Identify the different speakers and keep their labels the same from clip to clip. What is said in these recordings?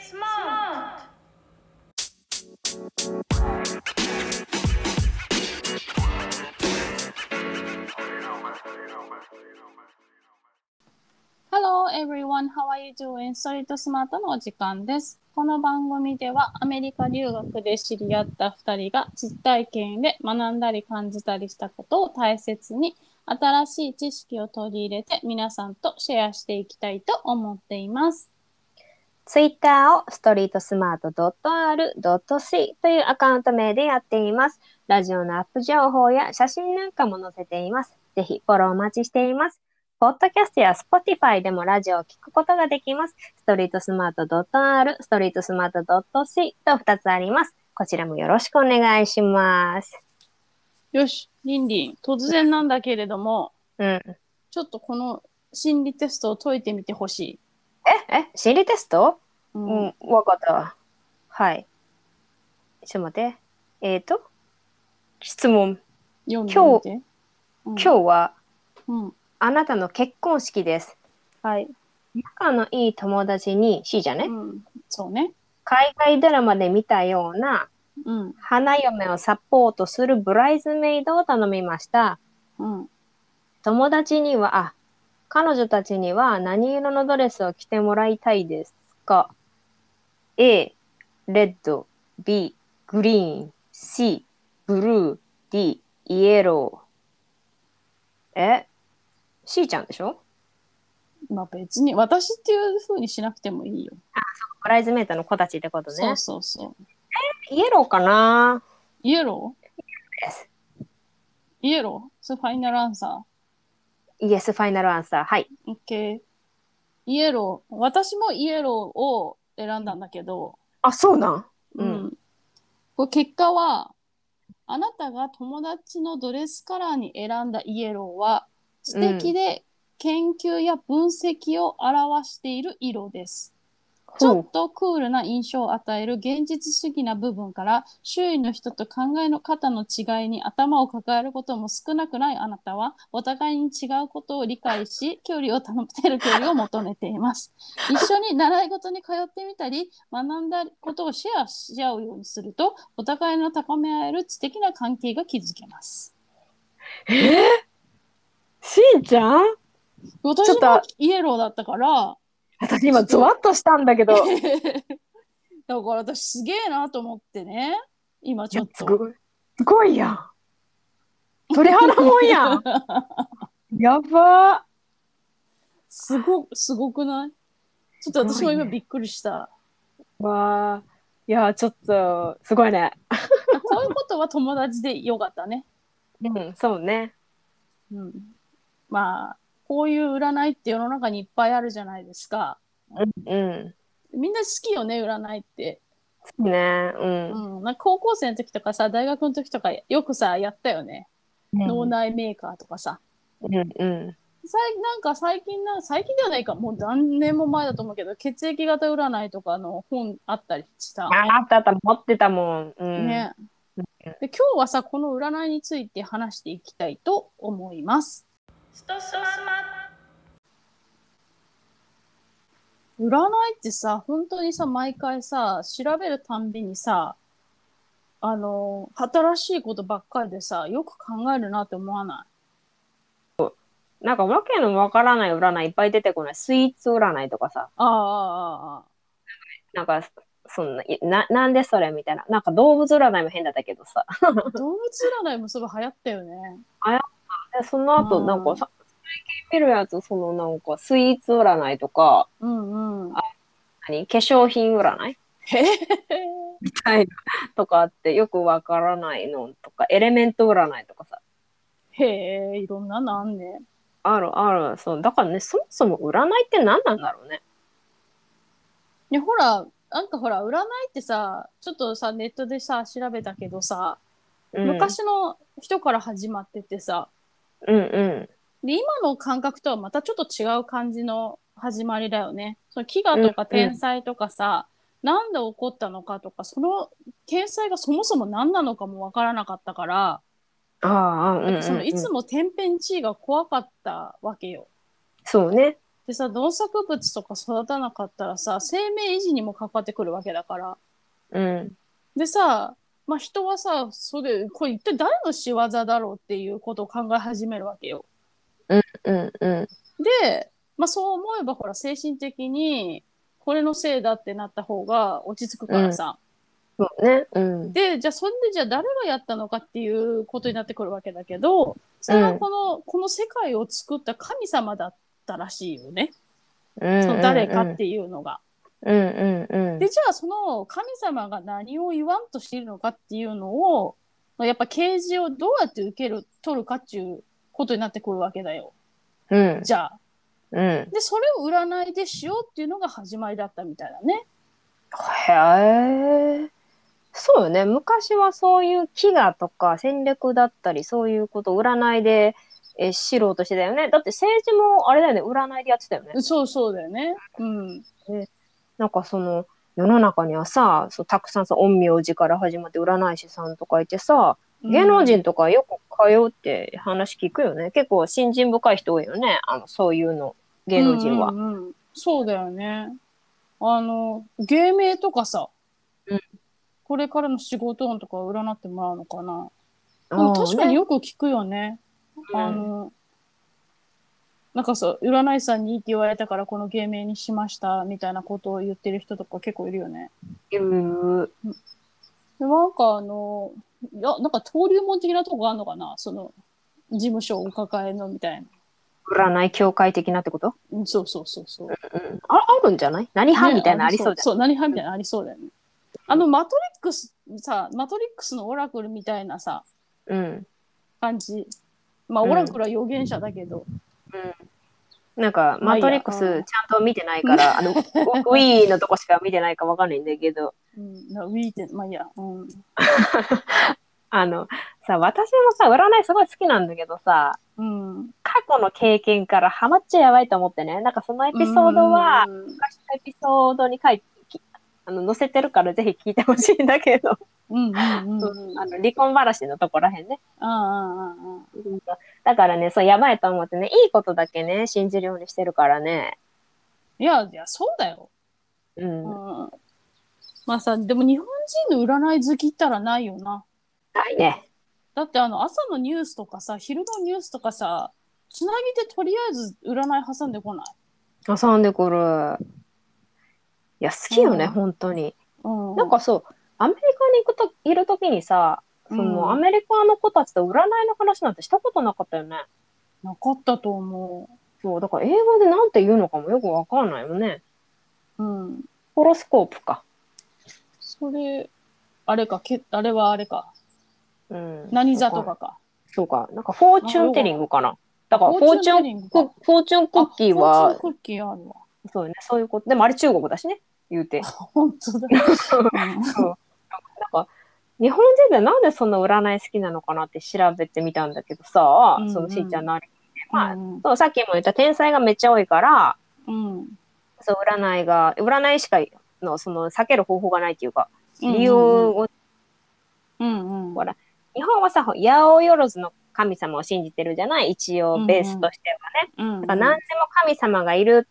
Speaker 1: smart.
Speaker 2: Hello everyone, how are you doing? ストリートスマートのお時間です。この番組ではアメリカ留学で知り合った2人が実体験で学んだり感じたりしたことを大切に新しい知識を取り入れて皆さんとシェアしていきたいと思っています。
Speaker 3: ツイッターをストリートスマート .r.c というアカウント名でやっています。ラジオのアップ情報や写真なんかも載せています。ぜひフォローお待ちしています。ポッドキャストや Spotify でもラジオを聞くことができます。ストリートスマート .r、ストリートスマート .c と2つあります。こちらもよろしくお願いします。
Speaker 2: よし、リンリン、突然なんだけれども、
Speaker 3: うん。え、
Speaker 2: ちょっとこの心理テストを解いてみてほしい。
Speaker 3: え、心理テスト
Speaker 2: う
Speaker 3: うんん、わかった。はい。ちょっと待って。えっ、ー、と、質問。
Speaker 2: 読んでみて。今
Speaker 3: 今日は、
Speaker 2: うん、
Speaker 3: あなたの結婚式です。
Speaker 2: はい、
Speaker 3: 仲のいい友達に、C じゃね、
Speaker 2: うん、そうね。
Speaker 3: 海外ドラマで見たような、
Speaker 2: うん、
Speaker 3: 花嫁をサポートするブライズメイドを頼みました。
Speaker 2: うん、
Speaker 3: 友達には、あ、彼女たちには何色のドレスを着てもらいたいですか ?A、レッド、B、グリーン、C、ブルー、D、イエロー。え ?C ちゃんでしょ
Speaker 2: まあ別に私っていう風にしなくてもいいよ。
Speaker 3: ブライズメイドの子たちってことね。
Speaker 2: そうそうそう。
Speaker 3: イエローかな
Speaker 2: イエロ
Speaker 3: です。
Speaker 2: ーイエローそれファイナルアンサ
Speaker 3: イエス、ファイナルアンサー。はい。
Speaker 2: ー。OK。イエロー。私もイエローを選んだんだけど、
Speaker 3: あ、そうなんうん
Speaker 2: これ結果は、あなたが友達のドレスカラーに選んだイエローは、素敵で研究や分析を表している色です。ちょっとクールな印象を与える現実主義な部分から周囲の人と考えの方の違いに頭を抱えることも少なくないあなたはお互いに違うことを理解し距離を保てる距離を求めています。 一緒に習い事に通ってみたり学んだことをシェアし合うようにするとお互いの高め合える知的な関係が築けます。
Speaker 3: えしんちゃん
Speaker 2: 私
Speaker 3: ちょっと
Speaker 2: もイエローだったから
Speaker 3: 私今ゾワッとしたんだけど。
Speaker 2: だから私すげえなと思ってね今ちょっ
Speaker 3: す
Speaker 2: と。
Speaker 3: ごい。すごいやん。鳥肌もんやん。 やば
Speaker 2: すご、すごくないちょっと私も今びっくりした。
Speaker 3: ー。わあ。いやー、ちょっと、すごいね。
Speaker 2: あこういうことは友達でよかったね。
Speaker 3: うん、そうね。
Speaker 2: うん。まあ、こういう占いって世の中にいっぱいあるじゃないですか。
Speaker 3: うん。
Speaker 2: みんな好きよね、占いって。
Speaker 3: ね、うん。
Speaker 2: うん。なんか高校生の時とかさ、大学の時とかよくさ、やったよね。脳内メーカーとかさ。
Speaker 3: うん、うん。
Speaker 2: さいなんか最近な、最近ではないか、もう何年も前だと思うけど、血液型占いとかの本あったりした。
Speaker 3: ああったあった、持ってたもん。うん。
Speaker 2: ね。で今日はさこの占いについて話していきたいと思います。
Speaker 1: Sto smart.
Speaker 2: 占いってさ本当にさ毎回さ調べるたんびにさあの新しいことばっかりでさよく考えるなって思わな
Speaker 3: なんか、わけのわからない占いいっぱい出てこない。スイーツ占いとかさ
Speaker 2: い。。あああああ
Speaker 3: なんか、そんな、いな、なんでそれみたいな。なんか、動物占いも変だったけどさ。
Speaker 2: あ動物占いもすごい流行ったよね。
Speaker 3: でその後、
Speaker 2: うん
Speaker 3: なんかさ、最近見るやつ、そのなんか、スイーツ占いとか、
Speaker 2: うんうん。
Speaker 3: 何化粧品占い
Speaker 2: へへへ
Speaker 3: みたいな。とかあって、よくわからないのとか、エレメント占いとかさ。
Speaker 2: へえいろんなのあんね。
Speaker 3: あるある。そう。だからね、そもそも占いって何なんだろうね。
Speaker 2: ねほらなんかほら占いってさちょっとさネットでさ調べたけどさ、
Speaker 3: うん、。
Speaker 2: 昔の人から始まっててさ
Speaker 3: うんうん。
Speaker 2: で今の感覚とはまたちょっと違う感じの始まりだよね。その飢餓とか
Speaker 3: うんうん
Speaker 2: 天災とかさ、なんで起こったのかとかその天災がそもそも何なのかもわからなかったから、
Speaker 3: ああ、うん、うんうん。
Speaker 2: そのいつも天変地異が怖かったわけよ。
Speaker 3: そうね。
Speaker 2: でさ農作物とか育たなかったらさ生命維持にもかかってくるわけだから
Speaker 3: うん。
Speaker 2: でさ、まあ、人はさそれこれ一体誰の仕業だろうっていうことを考え始めるわけよ。
Speaker 3: うん。うん。
Speaker 2: で、まあ、そう思えばほら精神的にこれのせいだってなった方が落ち着くからさ、
Speaker 3: そうね。うん。
Speaker 2: でじゃあそれでじゃあ誰がやったのかっていうことになってくるわけだけどそれはこの,、この世界を作った神様だったらしいよねその誰かっていうのが。
Speaker 3: うんうんうん。
Speaker 2: でじゃあその神様が何を言わんとしているのかっていうのをまあやっぱ啓示をどうやって受ける取るかっていうことになってくるわけだよ
Speaker 3: うん。
Speaker 2: じゃあ。
Speaker 3: うん。
Speaker 2: でそれを占いでしようっていうのが始まりだったみたいだね。
Speaker 3: へえ。そうよね。昔はそういう飢餓とか戦略だったり、そういうことを占いで、えー知ろうとしてたよね。だって政治もあれだよね。占いでやってたよね。
Speaker 2: そうそうだよね。うん。
Speaker 3: なんかその、世の中にはさ、そうたくさんさ、陰陽師から始まって占い師さんとかいてさ、芸能人とかよく通うって話聞くよね。結構信心深い人多いよね。あの、そういうの、芸能人は
Speaker 2: う。んうんうんそうだよね。あの、芸名とかさ、
Speaker 3: うん
Speaker 2: これからの仕事運とか占ってもらうのかな。で
Speaker 3: あ
Speaker 2: も
Speaker 3: ー
Speaker 2: 確かに
Speaker 3: ね
Speaker 2: よく聞くよね。
Speaker 3: うん
Speaker 2: あの、なんかさ、占い師さんにいいって言われたからこの芸名にしましたみたいなことを言ってる人とか結構いるよね。
Speaker 3: うん
Speaker 2: でなんかあの、いや、なんか登竜門的なとこがあるのかなその、事務所をお抱えのみたいな。
Speaker 3: 占い協会的なってこと
Speaker 2: うんそうそうそうそう。
Speaker 3: うん。あ、あるんじゃない何派みたいなのありそうじ
Speaker 2: ねそう、何派みたいなのありそうだよね。あの、マトリックス、さ、マトリックスのオラクルみたいなさ、
Speaker 3: ゃん。うん。
Speaker 2: 感じ。まあ、
Speaker 3: うん
Speaker 2: オラクルは預言者だけど。
Speaker 3: なんか、
Speaker 2: まあ
Speaker 3: マ
Speaker 2: いいや
Speaker 3: トリックスち
Speaker 2: う
Speaker 3: ゃ
Speaker 2: ん
Speaker 3: んと見てないから、あの、ウィーのとこしか見てないかわかんないんだけど、
Speaker 2: うん、なウィーテン、まあいいや。うん。
Speaker 3: あの、さ、私もさ、占いすごい好きなんだけどさ、
Speaker 2: うん。
Speaker 3: 過去の経験からハマっちゃやばいと思ってね、なんかそのエピソードは、
Speaker 2: うん
Speaker 3: 昔のエピソードに書いて、きあの、載せてるからぜひ聞いてほしいんだけど、
Speaker 2: うんうんうん。
Speaker 3: あの、離婚話のとこらへんね。
Speaker 2: ああ、ああ、
Speaker 3: だからね、そう、やばいと思ってね、いいことだけね、信じるようにしてるからね。
Speaker 2: いや、いや、そうだよ。
Speaker 3: うん
Speaker 2: うん。。まあさ、でも日本人の占い好きったらないよな。
Speaker 3: ないね。
Speaker 2: だってあの朝のニュースとかさ昼のニュースとかさつなぎでとりあえず占い挟んでこない、
Speaker 3: 挟んでくる。いや、好きよね、
Speaker 2: うん
Speaker 3: 本当に。
Speaker 2: うん、
Speaker 3: なんかそう、アメリカに行くと、いるときにさ、その、
Speaker 2: うん
Speaker 3: アメリカの子たちと占いの話なんてしたことなかったよね。
Speaker 2: なかったと思
Speaker 3: そう、だから英語でなんて言うのかもよくわかんないよね。
Speaker 2: う、うん、
Speaker 3: ホロスコープか。
Speaker 2: それあれかけあれはあれか
Speaker 3: うん。
Speaker 2: 何座とかか
Speaker 3: そうか。なんか、フォーチュンテリングかな。だから、フォーチュン、
Speaker 2: ング
Speaker 3: フ
Speaker 2: か
Speaker 3: ォーチュンクッキー
Speaker 2: あ
Speaker 3: は
Speaker 2: フォーチュン、クッキーあるわ
Speaker 3: そうね、そういうこと。でもあれ中国だしね、言うて。
Speaker 2: 本当だ、うん
Speaker 3: 日本人でなんでそんな占い好きなのかなって調べてみたんだけどさ、
Speaker 2: うんうん
Speaker 3: そのしーちゃんのあれ。 まあ
Speaker 2: うん
Speaker 3: そう、さっきも言った天才がめっちゃ多いから、
Speaker 2: うん
Speaker 3: そう、占いが、占いしかの、その、避ける方法がないっていうか、理由
Speaker 2: うん
Speaker 3: を、
Speaker 2: うんうん
Speaker 3: ほら日本はさ、八百万の神様を信じてるじゃない一応、ベースとしてはね。
Speaker 2: うん
Speaker 3: だから何でも神様がいる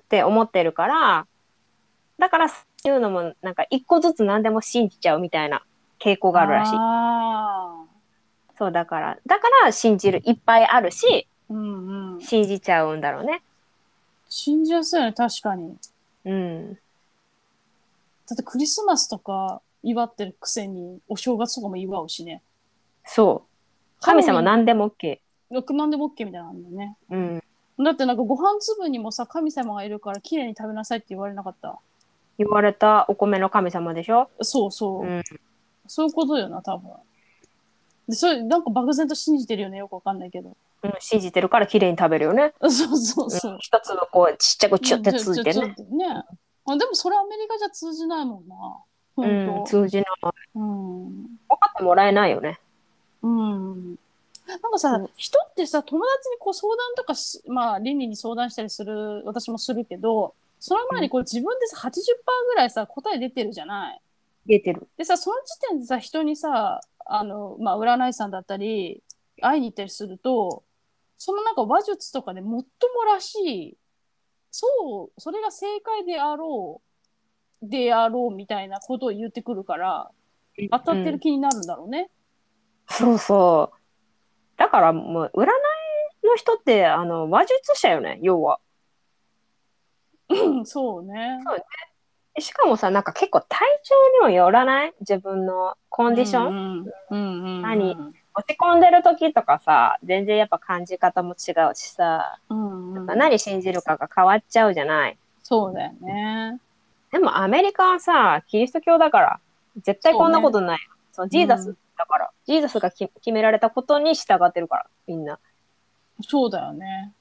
Speaker 3: って思ってるから、だから、そういうのも、なんか、一個ずつ何でも信じちゃうみたいな傾向があるらしい。
Speaker 2: あ
Speaker 3: そう、だから、だから信じる、いっぱいあるし、
Speaker 2: ーうんうん
Speaker 3: 信じちゃうんだろうね。
Speaker 2: 信じやすいよね確かに
Speaker 3: うん。
Speaker 2: だってクリスマスとか祝ってるくせにお正月とかも祝うしね
Speaker 3: そう。神様何でも OK。
Speaker 2: 6万でも OK みたいなのあるんだよね。
Speaker 3: うん。
Speaker 2: だってなんかご飯粒にもさ、神様がいるから綺麗に食べなさいって言われなかった。
Speaker 3: 言われたお米の神様でしょ
Speaker 2: そうそう。
Speaker 3: うん
Speaker 2: そういうことよな、多分。で、それ、なんか漠然と信じてるよね、よくわかんないけど。
Speaker 3: うん、信じてるから綺麗に食べるよね。。
Speaker 2: そうそうそううん
Speaker 3: 一粒こう、ちっちゃくチュッてついて
Speaker 2: ちょちょ
Speaker 3: ね。
Speaker 2: ちょってね。あでもそれアメリカじゃ通じないもんな。
Speaker 3: う
Speaker 2: 本
Speaker 3: ん、通じない。
Speaker 2: 当。うん。
Speaker 3: 分かってもらえないよね。
Speaker 2: うん。なんかさ、
Speaker 3: そう
Speaker 2: 人ってさ、友達にこう相談とかし、まあ、倫理に相談したりする、私もするけど、その前にこう自分でさ、80%ぐらいさ、答え出てるじゃない。
Speaker 3: 出てる。
Speaker 2: でさ、その時点でさ、人にさ、あの、まあ、占い師さんだったり、会いに行ったりすると、そのなんか話術とかで最もらしいそう、それが正解であろう、であろうみたいなことを言ってくるから、当たってる気になるんだろうね。
Speaker 3: そうそう。だからもう占いの人ってあの話術者よね要は。
Speaker 2: うん、そうね。
Speaker 3: しかもさなんか結構体調にもよらない自分のコンディション、
Speaker 2: ンうんうん。
Speaker 3: 何落ち込んでる時とかさ全然やっぱ感じ方も違うしさ、
Speaker 2: うんうん。
Speaker 3: 何信じるかが変わっちゃうじゃない。
Speaker 2: そうだよね。
Speaker 3: でもアメリカはさキリスト教だから絶対こんなことない。そう,、ジーザ
Speaker 2: う
Speaker 3: スだから、ジーザスがき決められたことに従ってるからみんな。
Speaker 2: そうだよね。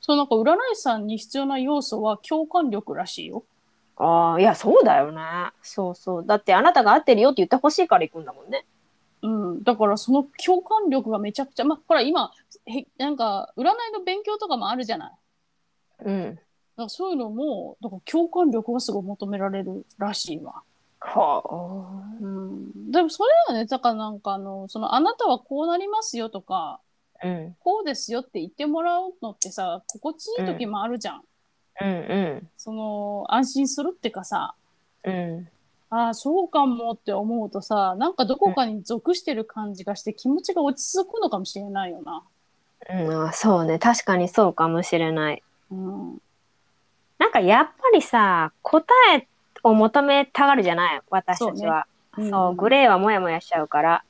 Speaker 2: そう、なんか占い師さんに必要な要素は共感力らしいよ。
Speaker 3: ああ、いや、そうだよね。そうそう。だって、あなたが合ってるよって言ってほしいから行くんだもんね。
Speaker 2: うん、だからその共感力がめちゃくちゃ、まあ、ほら今へなんか占いの勉強とかもあるじゃないだ
Speaker 3: うん。
Speaker 2: からそういうのもだから共感力がすごい求められるらしいわ、
Speaker 3: は
Speaker 2: うん、でもそれはねだからなんかあのそのあなたはこうなりますよとか
Speaker 3: あ。うん。
Speaker 2: こうですよって言ってもらうのってさ心地いい時もあるじゃん、
Speaker 3: うんう
Speaker 2: その安心するってかさ
Speaker 3: ん。うん。
Speaker 2: ああそうかもって思うとさなんかどこかに属してる感じがして気持ちが落ち着くのかもしれないよな。
Speaker 3: うん、あそうね。確かにそうかもしれない。
Speaker 2: うん
Speaker 3: なんか、やっぱりさ、答えを求めたがるじゃない私たちは。
Speaker 2: そ
Speaker 3: そうう,、
Speaker 2: ねうん
Speaker 3: グレーはもやもやしちゃうから。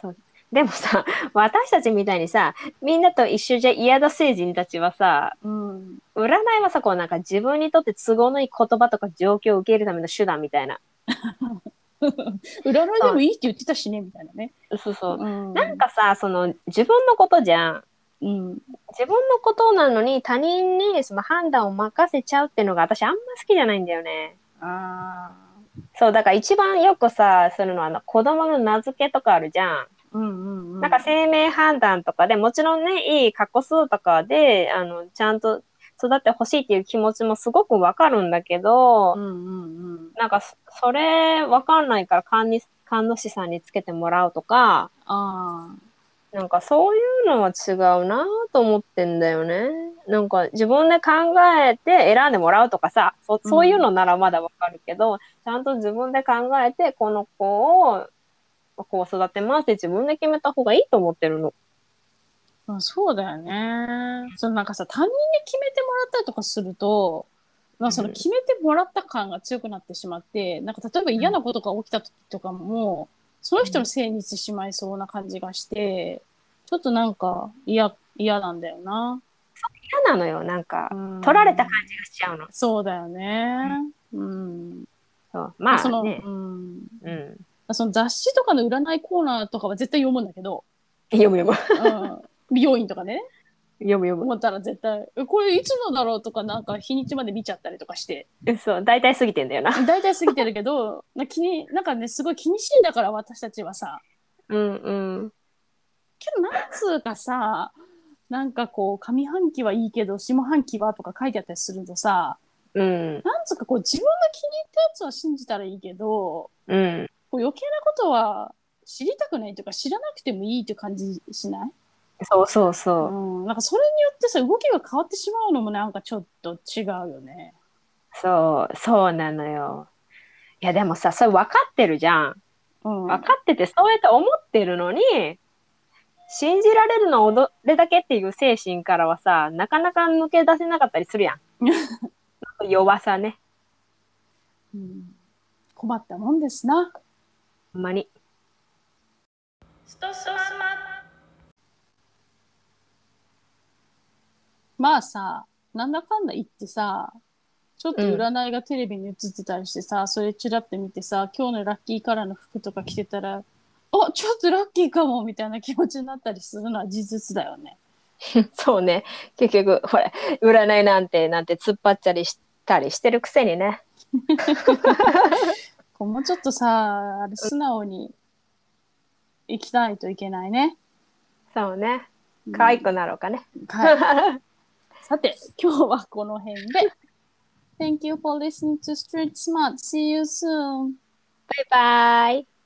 Speaker 3: そう。でもさ、 私たちみたいにさ、みんなと一緒じゃ嫌だ成人たちはさ、
Speaker 2: うん
Speaker 3: 占いはさ、こうなんか自分にとって都合のいい言葉とか状況を受けるための手段みたいな。
Speaker 2: 占いでもいいって言ってたしねみたいなね。
Speaker 3: そうそう。
Speaker 2: な
Speaker 3: なん、かさ、その自分のことじゃん。
Speaker 2: うん、
Speaker 3: 自分のことなのに他人にその判断を任せちゃうっていうのが私あんま好きじゃないんだよね。
Speaker 2: あ
Speaker 3: そう、だから一番よくさ、するのはあの子供の名付けとかあるじゃん。
Speaker 2: うんうんうん、
Speaker 3: なんか生命判断とかでもちろんね、いい過去数とかで、あの、ちゃんと育ってほしいっていう気持ちもすごくわかるんだけど、
Speaker 2: うんうんうん、
Speaker 3: なんかそ、それ、わかんないから、神主、神主さんにつけてもらうとか、
Speaker 2: あ
Speaker 3: なんかそういうのは違うなと思ってんだよね。なんか自分で考えて選んでもらうとかさ、そそういうのならまだわかるけど、ちゃんと自分で考えて、この子を、こう育てますって自分で決めた方がいいと思ってるの。
Speaker 2: ーまあそうだよね。そのなんかさ他人に決めてもらったりとかすると、まあ、その
Speaker 3: うん
Speaker 2: 決めてもらった感が強くなってしまってなんか例えば嫌なことが起きた時とかも、その人のせいにしてしまいそうな感じがしてちょっとなんか嫌嫌なんだよな。
Speaker 3: 嫌なのよ、なんか。
Speaker 2: うん
Speaker 3: 取られた感じがしちゃうの。
Speaker 2: そうだよね。うん
Speaker 3: そうま
Speaker 2: そ
Speaker 3: あ
Speaker 2: の
Speaker 3: ね。
Speaker 2: うん
Speaker 3: うん。
Speaker 2: その雑誌とかの占いコーナーとかは絶対読むんだけ ど、
Speaker 3: 読む読む。
Speaker 2: うん、美容院とかね
Speaker 3: 読む読む。
Speaker 2: 思ったら絶対えこれいつのだろうとかなんか日にちまで見ちゃったりとかして
Speaker 3: そう、大体過ぎてんだよな。
Speaker 2: 大体過ぎてるけど な気になんかねすごい気にしいんだから私たちはさ
Speaker 3: うんうん。
Speaker 2: けどなんつうかさなんかこう上半期はいいけど下半期はとか書いてあったりするとさ
Speaker 3: うん。
Speaker 2: なんつうかこう自分が気に入ったやつは信じたらいいけど
Speaker 3: うん。
Speaker 2: こう余計なことは知りたくないというか知らなくてもいいって感じしない
Speaker 3: そうそうそう。
Speaker 2: うん、なんかそれによってさ動きが変わってしまうのもなんかちょっと違うよね。
Speaker 3: そう、そうなのよ。いや、でもさ、それ分かってるじゃん。
Speaker 2: うん、
Speaker 3: 分かってて、そうやって思ってるのに、信じられるのをどれだけっていう精神からはさ、なかなか抜け出せなかったりするやん。 弱さね。
Speaker 2: うん困ったもんですな。
Speaker 3: ほんまに。
Speaker 2: まあさなんだかんだ言ってさちょっと占いがテレビに映ってたりしてさ、それちらって見てさ今日のラッキーカラーの服とか着てたらあちょっとラッキーかもみたいな気持ちになったりするのは事実だよね。
Speaker 3: そうね。結局、ほら、占いなんて、なんて突っ張っちゃりしたりしてるくせにね。
Speaker 2: こうもうちょっとさあれ素直に生きないといけないね。
Speaker 3: そうね。
Speaker 2: うん
Speaker 3: 可愛くなろうかね。
Speaker 2: はい。さて、今日はこの辺で。Thank you for listening to Street Smart. See you soon.
Speaker 3: バイバイ。